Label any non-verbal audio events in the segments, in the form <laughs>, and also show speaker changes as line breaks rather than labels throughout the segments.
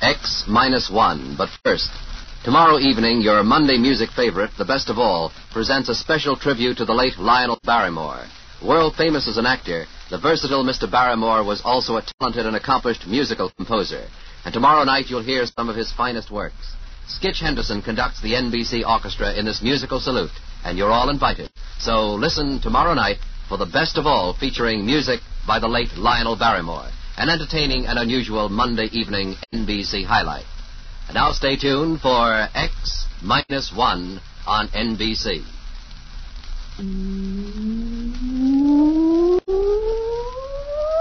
X minus one. But first, tomorrow evening, your Monday music favorite, the best of all, presents a special tribute to the late Lionel Barrymore. World famous as an actor, the versatile Mr. Barrymore was also a talented and accomplished musical composer. And tomorrow night, you'll hear some of his finest works. Skitch Henderson conducts the NBC orchestra in this musical salute, and you're all invited. So listen tomorrow night for the best of all featuring music by the late Lionel Barrymore, an entertaining and unusual Monday evening NBC highlight. And now stay tuned for X minus one on NBC.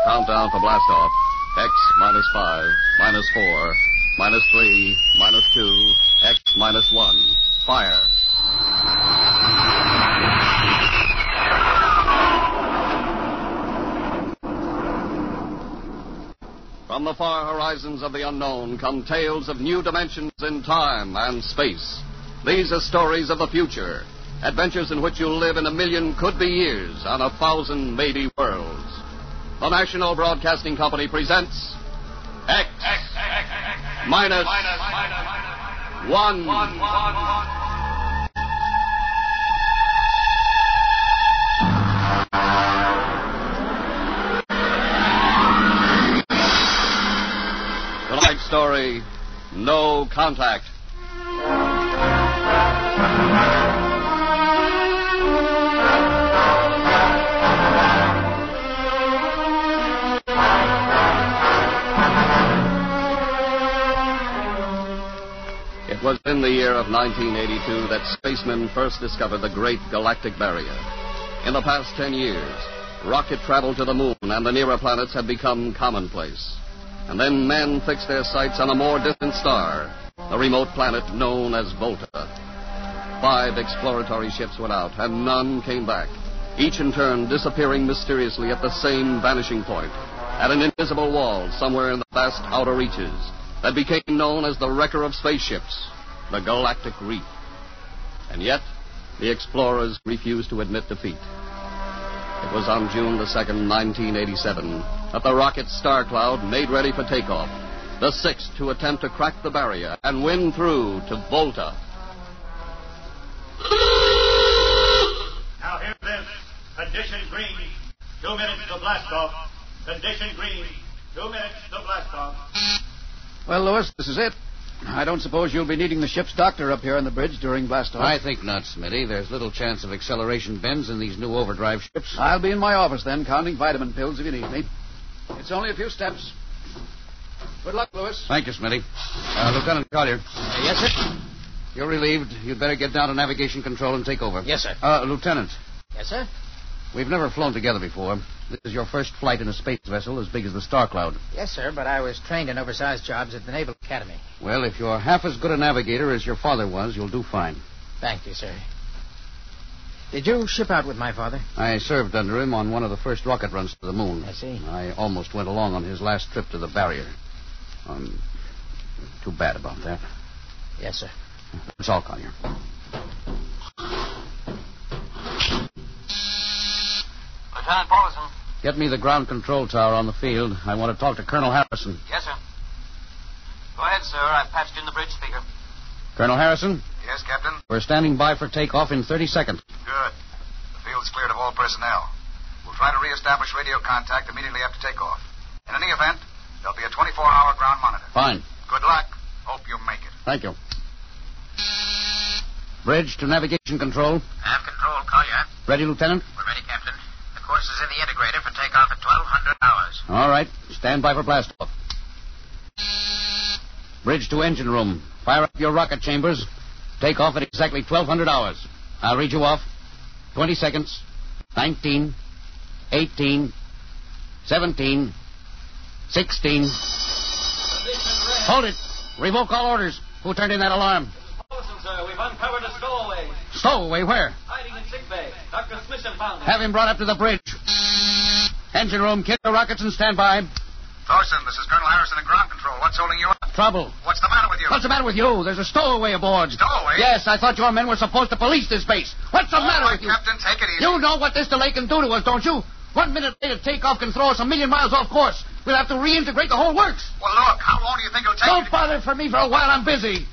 Countdown for blastoff. X minus five, minus four, minus three, minus two, X minus one. Fire. From the far horizons of the unknown come tales of new dimensions in time and space. These are stories of the future, adventures in which you'll live in a million could be years on a thousand maybe worlds. The National Broadcasting Company presents X, minus one. Tonight's story No Contact. It was in the year of 1982 that spacemen first discovered the Great Galactic Barrier. In the past ten years, rocket travel to the moon and the nearer planets had become commonplace. And then men fixed their sights on a more distant star, the remote planet known as Volta. Five exploratory ships went out, and none came back, each in turn disappearing mysteriously at the same vanishing point, at an invisible wall somewhere in the vast outer reaches that became known as the wrecker of spaceships, the Galactic Reef. And yet, the explorers refused to admit defeat. It was on June the 2nd, 1987, that the rocket Star Cloud made ready for takeoff, the sixth to attempt to crack the barrier and win through to Volta.
Now hear this. Condition green. Two minutes to blast off. Condition green. Two minutes to blast off.
Well, Lewis, this is it. I don't suppose you'll be needing the ship's doctor up here on the bridge during blastoff.
I think not, Smitty. There's little chance of acceleration bends in these new overdrive ships.
I'll be in my office then, counting vitamin pills if you need me. It's only a few steps. Good luck, Lewis.
Thank you, Smitty. Uh, Lieutenant Collier. yes, sir. You're relieved. You'd better get down to navigation control and take over.
Yes, sir.
Uh, Lieutenant,
Yes, sir.
we've never flown together before. This is your first flight in a space vessel as big as the Star Cloud.
Yes, sir, but I was trained in oversized jobs at the Naval Academy.
Well, if you're half as good a navigator as your father was, you'll do fine.
Thank you, sir. Did you ship out with my father?
I served under him on one of the first rocket runs to the moon.
I see.
I almost went along on his last trip to the barrier. Um, too bad about that.
Yes, sir.
That's all, Collier.
Lieutenant Bulletin.
Get me the ground control tower on the field. I want to talk to Colonel Harrison.
Yes, sir. Go ahead, sir. I've patched in the bridge speaker.
Colonel Harrison,
Yes, Captain.
we're standing by for takeoff in 30 seconds.
Good. The field's cleared of all personnel. We'll try to reestablish radio contact immediately after takeoff. In any event, there'll be a 24-hour ground monitor.
Fine.
Good luck. Hope you make it.
Thank you. Bridge to navigation control.
I have control. Collier.
Ready, Lieutenant?
We're ready, Captain. The course is in the integrator for takeoff at 1,200 hours.
All right. Stand by for blastoff. Bridge to engine room. Fire up your rocket chambers. Take off at exactly 1,200 hours. I'll read you off. 20 seconds. 19. 18. 17. 16. Hold it. Revoke all orders. Who turned in that alarm?
Olson, sir, we've uncovered a stowaway
Stowaway, where?
hiding in sick bay. Dr. Smith had found him.
Have him brought up to the bridge. Engine room, get your rockets and stand by.
Thorson, this is Colonel Harrison in ground control. What's holding you up?
Trouble.
What's the matter with you?
What's the matter with you? There's a stowaway aboard.
Stowaway? Oh,
Yes, I thought your men were supposed to police this base. What's the
All
matter
right,
with you?
Captain, take it easy.
You know what this delay can do to us, don't you? One minute later takeoff can throw us a million miles off course. We'll have to reintegrate the whole works.
Well, look, how long do you think it'll take?
Don't bother for me for a while. I'm busy.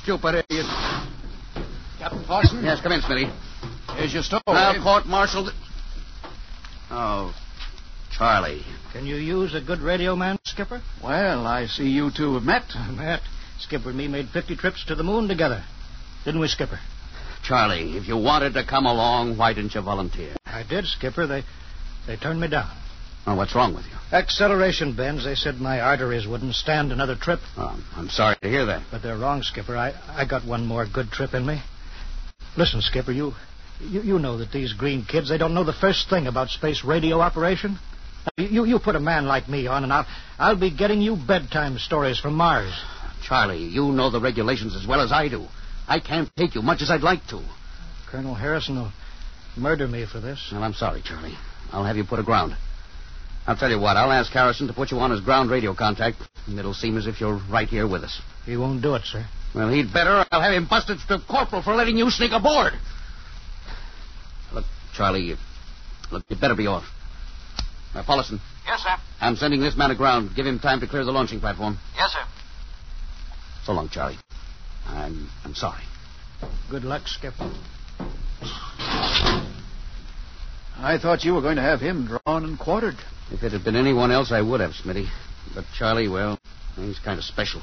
Stupid idiot.
Captain Parson?
Yes, come in, Smitty.
Here's your
Oh,
stowaway.
Now, court martial. Oh, Charlie.
Can you use a good radio man, Skipper?
Well, I see you two have
<laughs>
met.
Matt, Skipper and me made 50 trips to the moon together. Didn't we, Skipper?
Charlie, if you wanted to come along, why didn't you volunteer?
I did, Skipper. They, they turned me down.
Oh, what's wrong with you?
Acceleration bends. They said my arteries wouldn't stand another trip.
Oh, I'm sorry to hear that.
But they're wrong, Skipper. I, I got one more good trip in me. Listen, Skipper, you, you, you know that these green kids, they don't know the first thing about space radio operation. You, you put a man like me on, and I'll, I'll be getting you bedtime stories from Mars.
Charlie, you know the regulations as well as I do. I can't take you much as I'd like to.
Colonel Harrison will murder me for this.
Well, I'm sorry, Charlie. I'll have you put aground. I'll tell you what, I'll ask Harrison to put you on as ground radio contact, and it'll seem as if you're right here with us.
He won't do it, sir.
Well, he'd better. I'll have him busted to corporal for letting you sneak aboard. Look, Charlie, you, look, you better be off. Now, Paulison,
Yes, sir.
I'm sending this man aground. Give him time to clear the launching platform.
Yes, sir.
So long, Charlie. I'm I'm sorry.
Good luck, Skipper.
I thought you were going to have him drawn and quartered.
If it had been anyone else, I would have, Smitty. But Charlie, well, he's kind of special.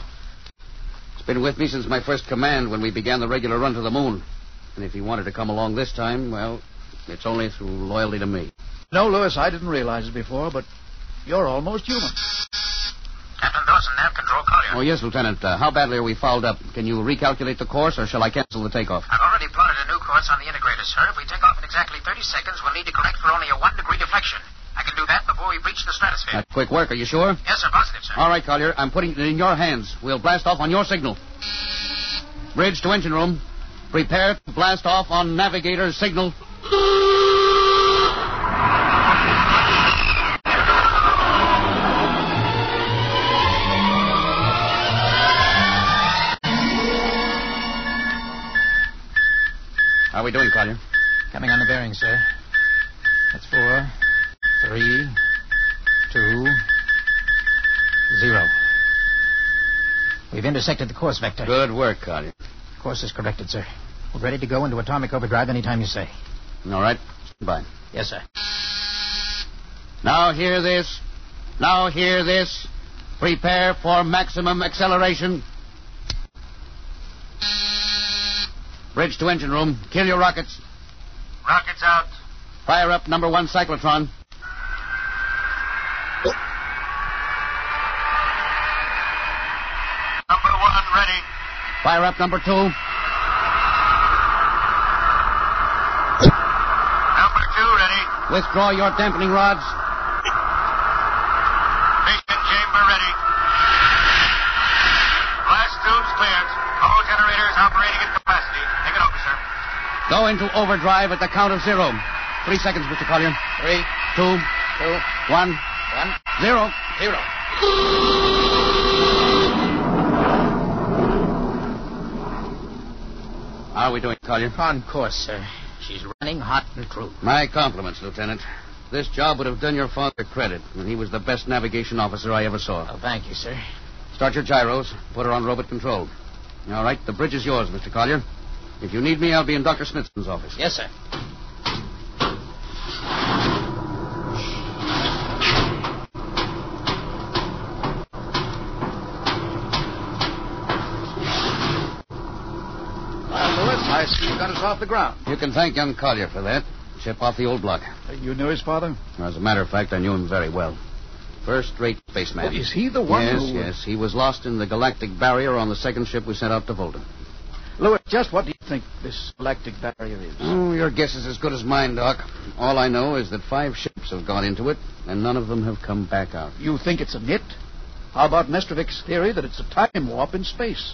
He's been with me since my first command when we began the regular run to the moon. And if he wanted to come along this time, well, it's only through loyalty to me.
No, Lewis, I didn't realize it before, but you're almost human.
Captain Dawson, nav control, Collier.
Oh, yes, Lieutenant. Uh, how badly are we fouled up? Can you recalculate the course, or shall I cancel the takeoff?
I've already plotted a new course on the integrator, sir. If we take off in exactly 30 seconds, we'll need to correct for only a one degree deflection. I can do that before we breach the stratosphere.
That's quick work, are you sure?
yes, sir, positive, sir.
All right, Collier, I'm putting it in your hands. We'll blast off on your signal. Bridge to engine room. Prepare to blast off on navigator's signal. How are we doing, Collier?
Coming on the bearing, sir. That's four, three, two, zero. We've intersected the course vector.
Good work, Collier.
Course is corrected, sir. We're ready to go into atomic overdrive anytime you say.
All right. Goodbye.
Yes, sir.
Now hear this. Now hear this. Prepare for maximum acceleration. Bridge to engine room. Kill your rockets.
Rockets out.
Fire up number one cyclotron.
Number one ready.
Fire up number two.
Number two ready.
Withdraw your dampening rods.
Ignition chamber ready. Blast tubes cleared. All generators operating at capacity. Take it over, sir.
Go into overdrive at the count of zero. Three seconds, Mr. Collier. Three, two, two, one, one, zero, zero. How are we doing, Collier?
On course, sir. She's running hot and true.
My compliments, Lieutenant. This job would have done your father credit, and he was the best navigation officer I ever saw.
Oh, thank you, sir.
Start your gyros. Put her on robot control. All right, the bridge is yours, Mr. Collier. If you need me, I'll be in Dr. Smithson's office.
Yes, sir.
Well, Lewis, I see you got us off the ground.
You can thank young Collier for that. Chip off the old block.
Uh, You knew his father?
As a matter of fact, I knew him very well. First rate spaceman.
Oh, is he the one
Yes,
who-
yes. He was lost in the galactic barrier on the second ship we sent out to Volta.
Lewis, just what do you think this galactic barrier is?
Oh, your guess is as good as mine, Doc. All I know is that five ships have gone into it, and none of them have come back out.
You think it's a nit? How about Mestrovic's theory that it's a time warp in space?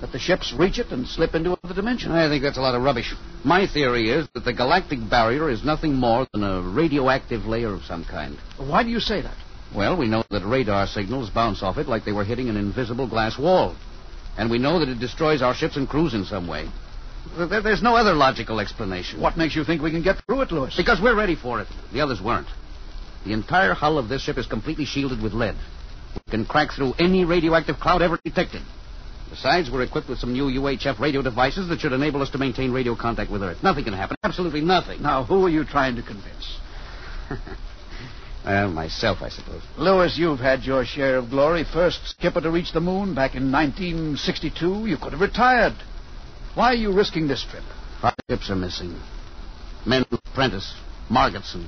That the ships reach it and slip into another dimension?
I think that's a lot of rubbish. My theory is that the galactic barrier is nothing more than a radioactive layer of some kind.
Why do you say that?
Well, we know that radar signals bounce off it like they were hitting an invisible glass wall. And we know that it destroys our ships and crews in some way. Th- th- There's no other logical explanation.
What makes you think we can get through it, Lewis?
Because we're ready for it. The others weren't. The entire hull of this ship is completely shielded with lead. We can crack through any radioactive cloud ever detected. Besides, we're equipped with some new UHF radio devices that should enable us to maintain radio contact with Earth. Nothing can happen. Absolutely nothing.
Now, who are you trying to convince?
Well, myself, I suppose.
Lewis, you've had your share of glory. First skipper to reach the moon back in 1962. You could have retired. Why are you risking this trip?
Our ships are missing. Men like Prentice, Margetson,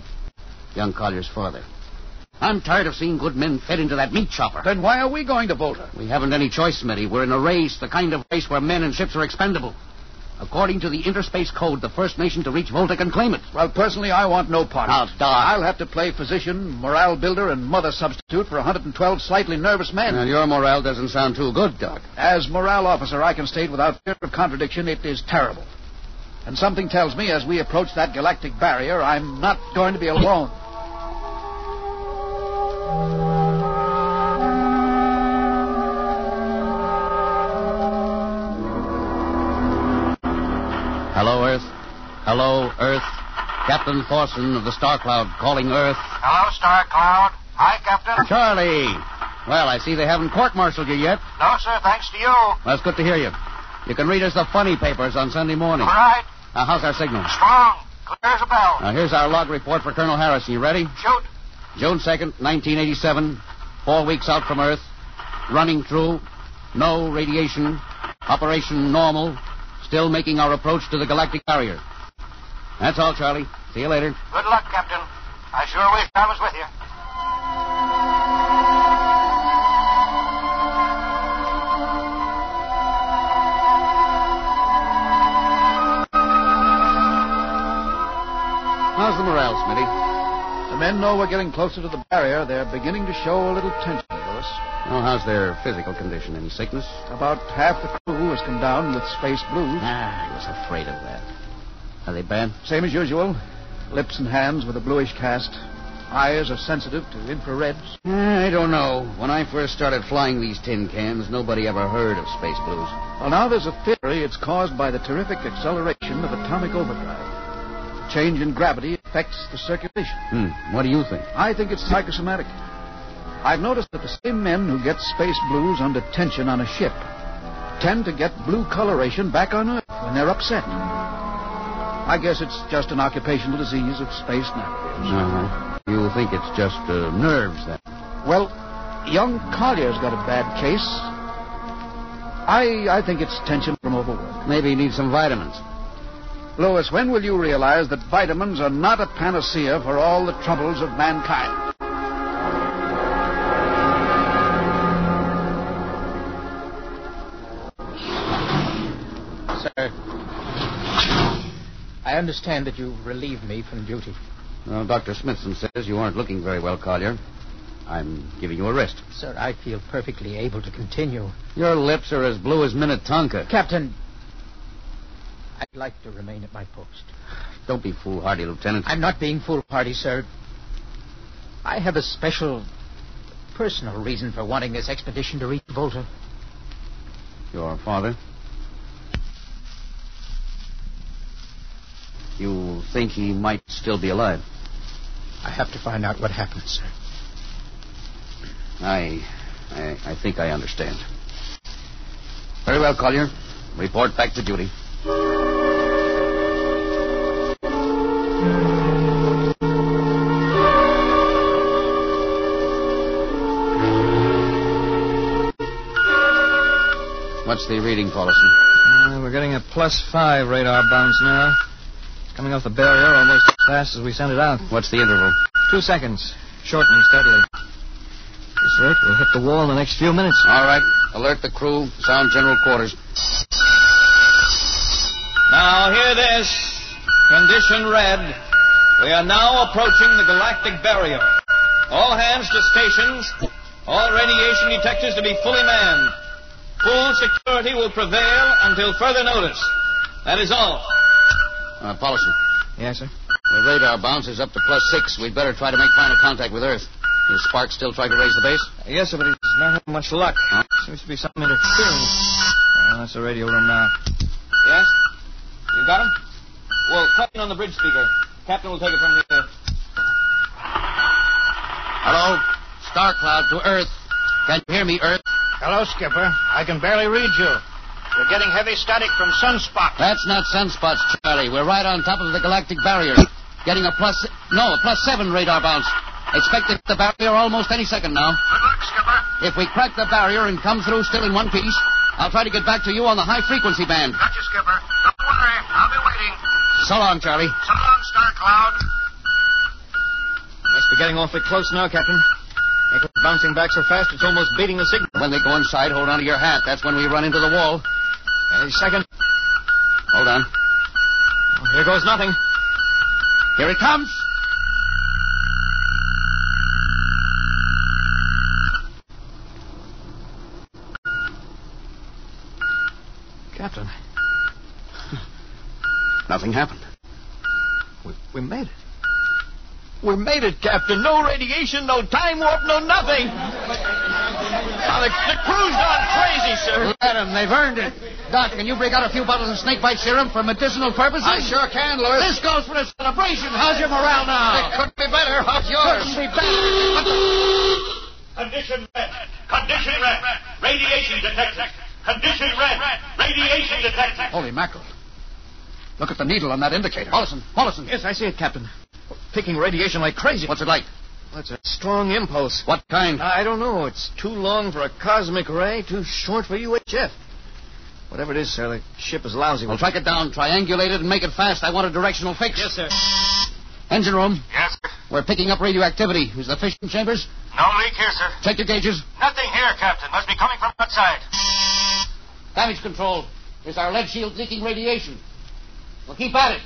young Collier's father. I'm tired of seeing good men fed into that meat chopper.
Then why are we going to Volta?
We haven't any choice, Smitty. We're in a race, the kind of race where men and ships are expendable. According to the Interspace Code, the first nation to reach Volta can claim it.
Well, personally, I want no part.
Now, Doc.
I'll have to play physician, morale builder, and mother substitute for 112 slightly nervous men.
Now, your morale doesn't sound too good, Doc.
As morale officer, I can state without fear of contradiction it is terrible. And something tells me as we approach that galactic barrier, I'm not going to be alone.
Hello, Earth. Hello, Earth. Captain Thorson of the Star Cloud calling Earth.
Hello, Star Cloud. Hi, Captain.
Charlie! Well, I see they haven't court martialed you yet.
No, sir, thanks to you. All
That's good to hear you. You can read us the funny papers on Sunday morning.
right.
Now, how's our signal?
Strong. Clear as a bell.
Now, here's our log report for Colonel Harrison. You ready?
Shoot.
June 2nd, 1987. Four weeks out from Earth. Running through. No radiation. Operation normal. Still making our approach to the galactic barrier. That's all, Charlie. See you later.
Good luck, Captain. I sure wish I was with you.
How's the morale, Smitty?
The men know we're getting closer to the barrier. They're beginning to show a little tension, Lewis.
Oh, how's their physical condition? Any sickness?
About half the crew has come down with space blues.
Ah, I was afraid of that. Are they bad?
Same as usual. Lips and hands with a bluish cast. Eyes are sensitive to infrareds.
Eh, I don't know. When I first started flying these tin cans, nobody ever heard of space blues.
Well, now there's a theory it's caused by the terrific acceleration of atomic overdrive. The change in gravity affects the circulation.
Hmm. What do you think?
I think it's psychosomatic. I've noticed that the same men who get space blues under tension on a ship tend to get blue coloration back on Earth when they're upset. I guess it's just an occupational disease of space now.
Uh-huh. You think it's just uh, nerves, then?
Well, young Collier's got a bad case. I, I think it's tension from overwork.
Maybe you need some vitamins.
Lois, when will you realize that vitamins are not a panacea for all the troubles of mankind?
Sir, I understand that you relieve me from duty.
Well, Dr. Smithson says you aren't looking very well, Collier. I'm giving you a rest.
Sir, I feel perfectly able to continue.
Your lips are as blue as Minnetonka.
Captain, I'd like to remain at my post.
Don't be foolhardy, Lieutenant.
I'm not being foolhardy, sir. I have a special personal reason for wanting this expedition to reach Volta.
Your father? You think he might still be alive?
I have to find out what happened, sir.
I, I, I think I understand. Very well, Collier. Report back to duty. What's the reading policy?
Uh, we're getting a plus five radar bounce now. Coming off the barrier almost as fast as we sent it out.
What's the interval?
Two seconds. Shortening steadily. This rate, we'll hit the wall in the next few minutes.
All right. Alert the crew. Sound general quarters.
Now hear this. Condition red. We are now approaching the galactic barrier. All hands to stations. All radiation detectors to be fully manned. Full security will prevail until further notice. That is all.
Uh, policy.
Yes, sir.
The radar bounce is up to plus six. We'd better try to make final contact with Earth. Is Spark still trying to raise the base?
Yes, sir, but he's not having much luck.
Huh?
Seems to be some interference. Oh,
Uh,
that's the radio room now. Yes? You got him? Well, cut in on the bridge speaker. Captain will take it from here.
Hello? Star Cloud to Earth. Can you hear me, Earth?
Hello, Skipper. I can barely read you. You're getting heavy static from sunspot.
That's not sunspots, Charlie. We're right on top of the galactic barrier. Getting a plus. No, a plus seven radar bounce. Expecting the barrier almost any second now.
Good luck, Skipper.
If we crack the barrier and come through still in one piece, I'll try to get back to you on the high frequency band.
Gotcha, Skipper. Don't worry. I'll be waiting.
So long, Charlie.
So long, Star Cloud.
Must be getting awfully close now, Captain. Nickel's bouncing back so fast it's almost beating the signal.
When they go inside, hold on to your hat. That's when we run into the wall.
Any second.
Hold on.
Oh, here goes nothing.
Here it comes.
Captain,
Nothing happened.
we, we made it. We made it, Captain. No radiation, no time warp, no nothing. Now, the, the crew's gone crazy, sir.
Let them. They've earned it. Doc, can you break out a few bottles of snakebite serum for medicinal purposes?
I sure can, Lewis.
This goes for a celebration. How's your morale now?
It couldn't be better. How's yours?
Couldn't be better. What the-
Condition red. Condition red. Radiation detected. Condition red. Radiation detected.
Holy mackerel. Look at the needle on that indicator. Oh, Mollison, Mollison.
Yes, I see it, Captain. Picking radiation like crazy.
What's it like?
That's a strong impulse.
What kind?
I don't know. It's too long for a cosmic ray, too short for UHF. Whatever it is, sir, the ship is lousy.
We'll
with
track it down, triangulate it, and make it fast. I want a directional fix.
Yes, sir.
Engine room,
Yes, sir.
we're picking up radioactivity. Is the fission chambers?
No leak here, sir.
Check your gauges.
Nothing here, Captain. Must be coming from outside.
Damage control. Is our lead shield leaking radiation? Well, keep at it.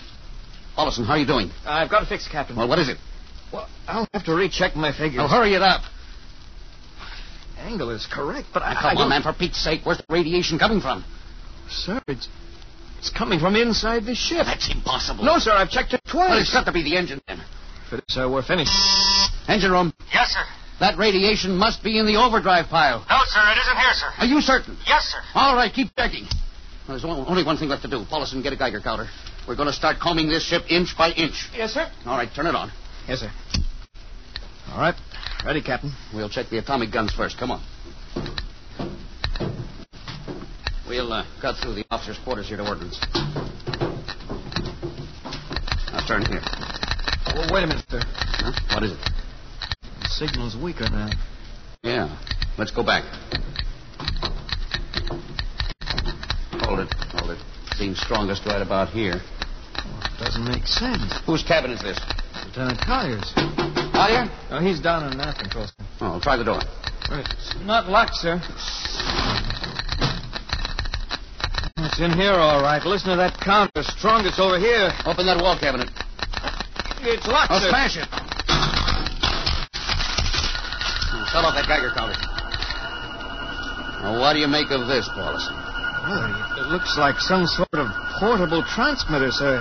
Mollison, how are you doing?
I've got to fix, Captain.
Well, what is it?
Well, I'll have to recheck my figures.
Oh.
Now hurry it up.
Angle is correct, but I,
Now,
I
come on,
don't-
man, for Pete's sake. Where's the radiation coming from?
Sir, it's it's coming from inside the ship.
That's impossible.
No, sir, I've checked it twice.
Well, it's got to be the engine, then.
If it is, sir, we're finished.
Engine room,
Yes, sir.
that radiation must be in the overdrive pile.
No, sir. It isn't here, sir.
Are you certain?
Yes, sir.
All right, keep checking. There's on- only one thing left to do. Paulison, get a Geiger counter. We're going to start combing this ship inch by inch.
Yes, sir.
All right, turn it on.
Yes, sir. All right, ready, Captain.
We'll check the atomic guns first. Come on. We'll uh, cut through the officer's quarters here to ordnance. Now turn here.
Well, wait a minute, sir.
Huh? What is it?
The signal's weaker now.
Yeah. Let's go back. Hold it. Hold it. Seems strongest right about here.
Doesn't make sense.
Whose cabin is this?
Lieutenant Collier's.
Out here?
Oh, he's down in nav control. sir.
Oh, I'll try the door.
It's not locked, sir. It's in here, all right. Listen to that counter. Strongest over here.
Open that wall cabinet.
It's locked,
Oh,
sir.
smash it. Now, Shut off that Geiger counter. Now, what do you make of this, Paulison?
Well, it looks like some sort of portable transmitter, sir.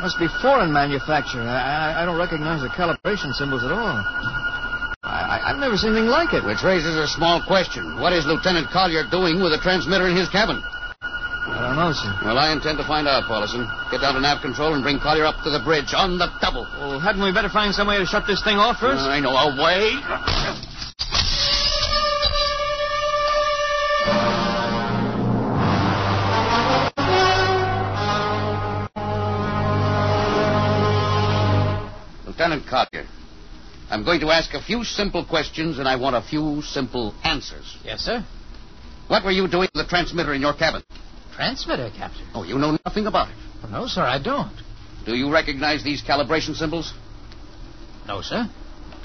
Must be foreign manufacture. I, I, I don't recognize the calibration symbols at all. I, I, I've never seen anything like it.
Which raises a small question. What is Lieutenant Collier doing with a transmitter in his cabin?
I don't know, sir.
Well, I intend to find out, Paulison. Get down to nav control and bring Collier up to the bridge on the double.
Well, hadn't we better find some way to shut this thing off first?
I know a way. Lieutenant Collier, I'm going to ask a few simple questions, and I want a few simple answers.
yes, sir.
What were you doing with the transmitter in your cabin?
Transmitter, Captain.
Oh, you know nothing about it.
Well, no, sir, I don't.
Do you recognize these calibration symbols?
No, sir.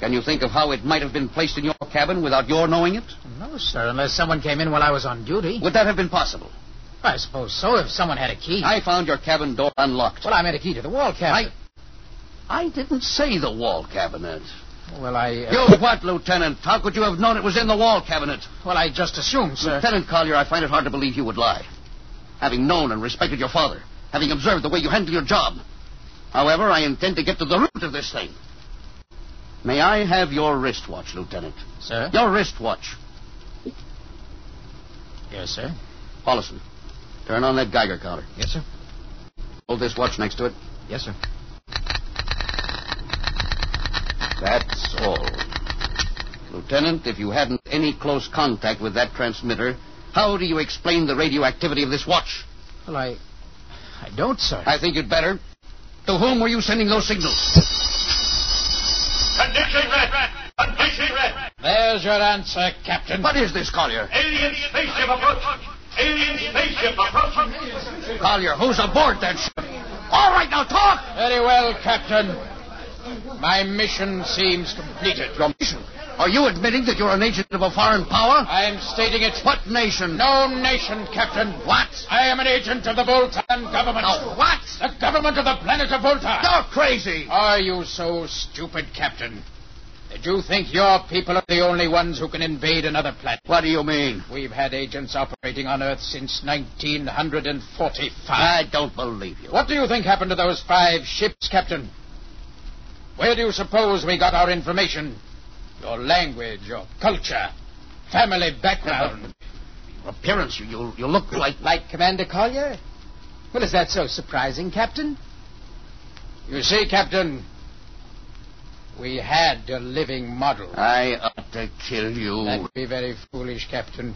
Can you think of how it might have been placed in your cabin without your knowing it?
No, sir, unless someone came in while I was on duty.
Would that have been possible?
I suppose so, if someone had a key.
I found your cabin door unlocked.
Well, I meant a key to the wall, Captain.
I, I didn't say the wall cabinet.
Well, I... Uh...
You what, Lieutenant? How could you have known it was in the wall cabinet?
Well, I just assumed, sir.
Lieutenant Collier, I find it hard to believe you would lie. Having known and respected your father, having observed the way you handle your job. However, I intend to get to the root of this thing. May I have your wristwatch, Lieutenant?
Sir?
Your wristwatch.
Yes, sir.
Paulison, turn on that Geiger counter.
Yes, sir.
Hold this watch next to it.
Yes, sir.
That's all. Lieutenant, if you hadn't any close contact with that transmitter, how do you explain the radioactivity of this watch?
Well, I. I don't, sir.
I think you'd better. To whom were you sending those signals?
Condition red. Condition red.
There's your answer, Captain.
What is this, Collier?
Alien spaceship approaching. Alien spaceship approaching.
Collier, who's aboard that ship? All right, now talk!
Very well, Captain. My mission seems completed.
Your mission? Uh, Are you admitting that you're an agent of a foreign power?
I'm stating it.
What nation?
No nation, Captain.
What?
I am an agent of the Voltan government.
Now, what?
The government of the planet of Voltan.
You're crazy.
Are you so stupid, Captain? Did you think your people are the only ones who can invade another planet?
What do you mean?
We've had agents operating on Earth since 1945.
I don't believe you.
What do you think happened to those five ships, Captain? Where do you suppose we got our information? Your language, your culture, family background.
Your appearance, you, you, you look like.
Like Commander Collier? Well, is that so surprising, Captain?
You see, Captain, we had a living model.
I ought to kill you.
That would be very foolish, Captain.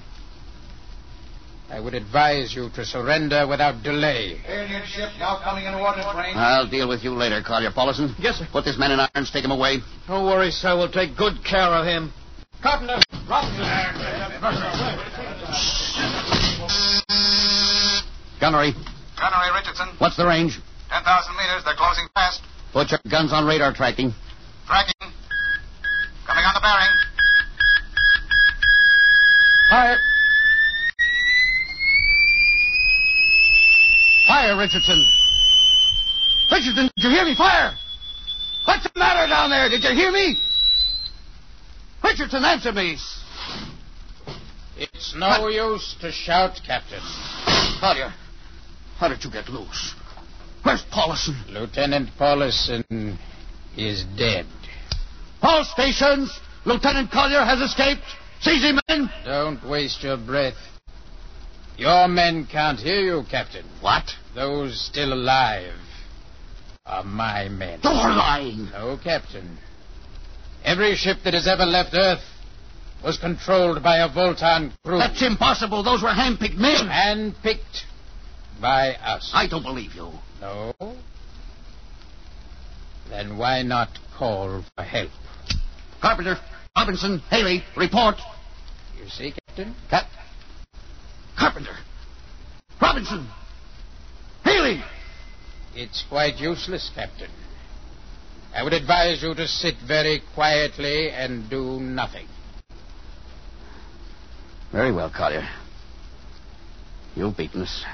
I would advise you to surrender without delay.
Alien ship now coming in water train.
I'll deal with you later, Collier Paulison.
Yes, sir.
Put this man in irons, take him away.
Don't worry, sir. We'll take good care of him.
Captain,
Gunnery.
Gunnery Richardson.
What's the range?
10,000 meters. They're closing fast.
Put your guns on radar tracking.
Tracking. Coming on the bearing.
Fire. Fire, Richardson. Richardson, did you hear me? Fire! What's the matter down there? Did you hear me? Richardson, answer me.
It's no what? use to shout, Captain.
Collier, how did you get loose? Where's Paulison?
Lieutenant Paulison is dead.
All stations, Lieutenant Collier has escaped. Seize him, men.
Don't waste your breath. Your men can't hear you, Captain.
What?
Those still alive are my men.
You're lying.
No, Captain. Every ship that has ever left Earth was controlled by a Voltan crew.
That's impossible. Those were hand-picked men.
Hand-picked by us.
I don't believe you.
No? Then why not call for help?
Carpenter, Robinson, Haley, report.
You see, Captain?
Cap. Carpenter. Robinson. Haley.
It's quite useless, Captain. I would advise you to sit very quietly and do nothing.
Very well, Collier. You've beaten us.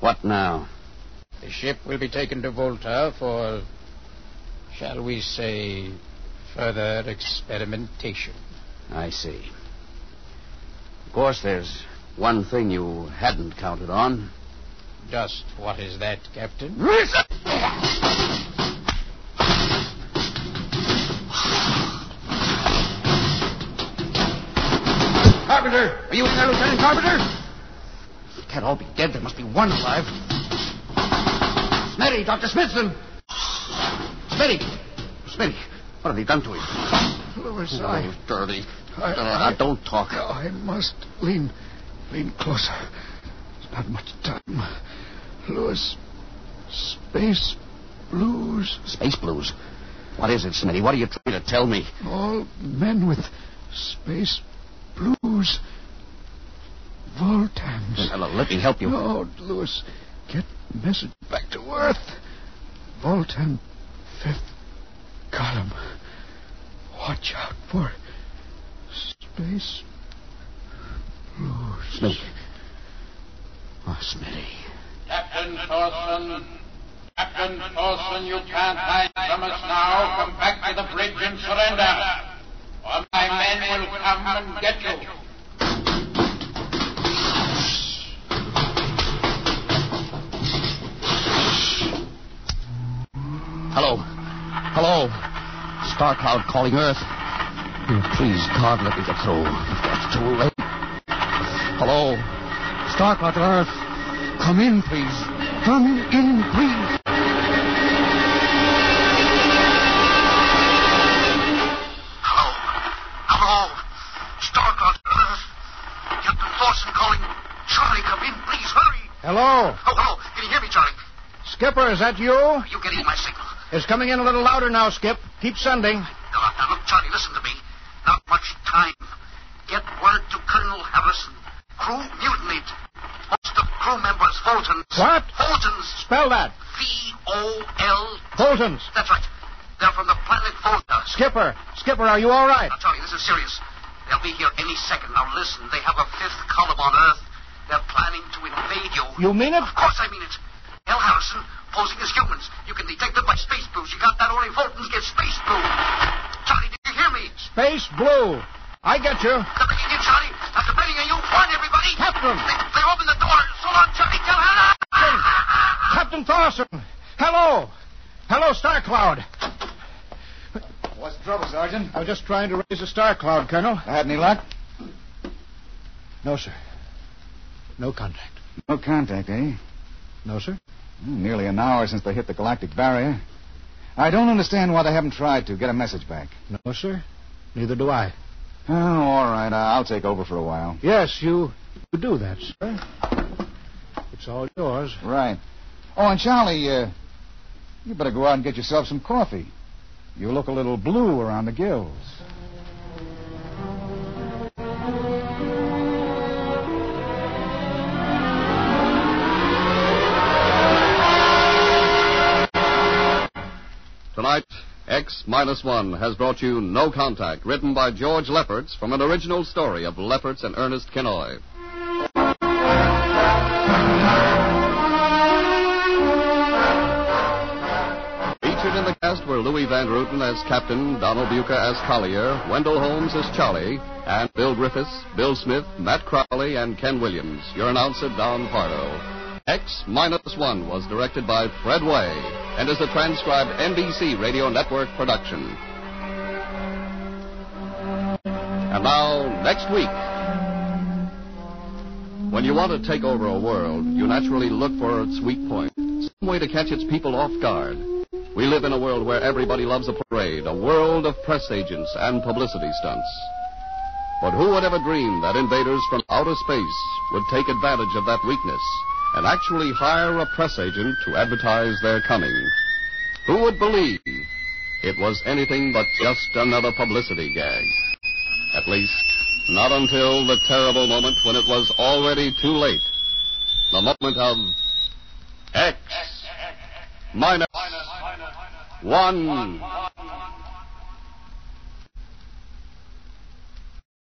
What now?
The ship will be taken to Volta for, shall we say, further experimentation.
I see. Of course, there's one thing you hadn't counted on.
Just what is that, Captain?
Listen! Carpenter! Are you in there, Lieutenant Carpenter? They can't all be dead. There must be one alive. Smitty, Dr. Smithson! Smitty! Smitty, what have they done to him?
Lewis, oh, I...
dirty. I, I, I uh, don't talk.
No, I must lean, lean closer. It's not much time. Lewis, space blues.
Space blues? What is it, Smitty? What are you trying to tell me?
All men with space blues. Voltans.
Hello, let me help you.
No, Lewis, get message back to Earth. Voltan, fifth column. Watch out for space blues.
Smitty. Oh, Smitty.
Captain Thorson. Captain Thorson, you can't hide from us now. Come back to the bridge and surrender. Or my men will come and get you.
Hello. Hello. Star Cloud calling Earth. Please, God, let me get through. It's too late. Hello. Star Cloud to Earth. Come in, please. Come in, please.
Hello. Mason calling. Charlie, come in, please, hurry.
Hello?
Oh, hello. Can you hear me, Charlie?
Skipper, is that you?
You getting my signal?
It's coming in a little louder now, Skip. Keep sending.
Now, now, look, Charlie, listen to me. Not much time. Get word to Colonel Harrison. Crew mutinied. Most of crew members, Fulton's.
What?
Fulton's.
Spell that.
V-O-L.
Fulton's.
That's right. They're from the planet Volta.
Skipper, Skipper, are you all right?
Now, Charlie, this is serious. They'll be here any second. Now, listen, they have a fifth column on Earth. They're planning to invade you.
You mean it?
Of course I mean it. L. Harrison, posing as humans. You can detect them by space blues. You got that? Only Fulton's get space blue. Charlie, did you hear me?
Space blue. I get you.
They're bringing in, Charlie. After bringing in you, warn everybody.
Captain.
They, they opened the door. So long, Charlie. Tell Hannah.
Captain. Captain Thorson. Hello. Hello, Star Cloud.
What's the trouble, Sergeant?
I was just trying to raise a star cloud, Colonel.
Had any luck?
No, sir. No contact.
No contact, eh?
No, sir.
Mm, nearly an hour since they hit the galactic barrier. I don't understand why they haven't tried to get a message back.
No, sir. Neither do I.
Oh, all right. I- I'll take over for a while.
Yes, you, you do that, sir. It's all yours.
Right. Oh, and Charlie, uh, you better go out and get yourself some coffee. You look a little blue around the gills.
Tonight, X Minus One has brought you No Contact, written by George Lefferts from an original story of Lefferts and Ernest Kinoy. Featured in the cast were Louis Van Ruten as Captain, Donald Buca as Collier, Wendell Holmes as Charlie, and Bill Griffiths, Bill Smith, Matt Crowley, and Ken Williams. Your announcer, Don Pardo. X Minus One was directed by Fred Way and is a transcribed NBC Radio Network production. And now, next week. When you want to take over a world, you naturally look for its weak point, some way to catch its people off guard. We live in a world where everybody loves a parade, a world of press agents and publicity stunts. But who would ever dream that invaders from outer space would take advantage of that weakness and actually hire a press agent to advertise their coming? Who would believe it was anything but just another publicity gag? At least, not until the terrible moment when it was already too late. The moment of X minus one.